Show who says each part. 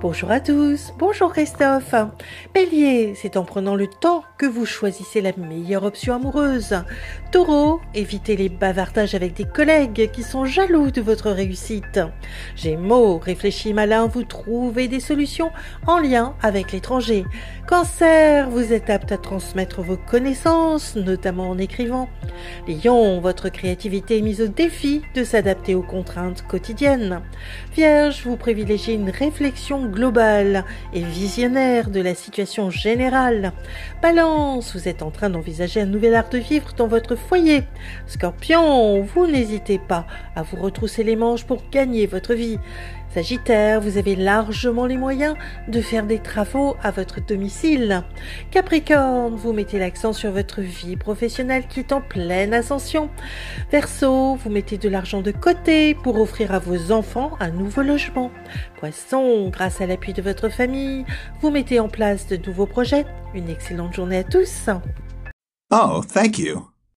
Speaker 1: Bonjour à tous, bonjour Christophe. Bélier, c'est en prenant le temps que vous choisissez la meilleure option amoureuse. Taureau, évitez les bavardages avec des collègues qui sont jaloux de votre réussite. Gémeaux, réfléchis malin, vous trouvez des solutions en lien avec l'étranger. Cancer, vous êtes apte à transmettre vos connaissances, notamment en écrivant. Lion, votre créativité est mise au défi de s'adapter aux contraintes quotidiennes. Vierge, vous privilégiez une réflexion globale et visionnaire de la situation générale. Balance, vous êtes en train d'envisager un nouvel art de vivre dans votre foyer. Scorpion, vous n'hésitez pas à vous retrousser les manches pour gagner votre vie. Sagittaire, vous avez largement les moyens de faire des travaux à votre domicile. Capricorne, vous mettez l'accent sur votre vie professionnelle qui est en pleine ascension. Verseau, vous mettez de l'argent de côté pour offrir à vos enfants un nouveau logement. Poisson, grâce à l'appui de votre famille, vous mettez en place de nouveaux projets. Une excellente journée à tous.
Speaker 2: Oh, thank you.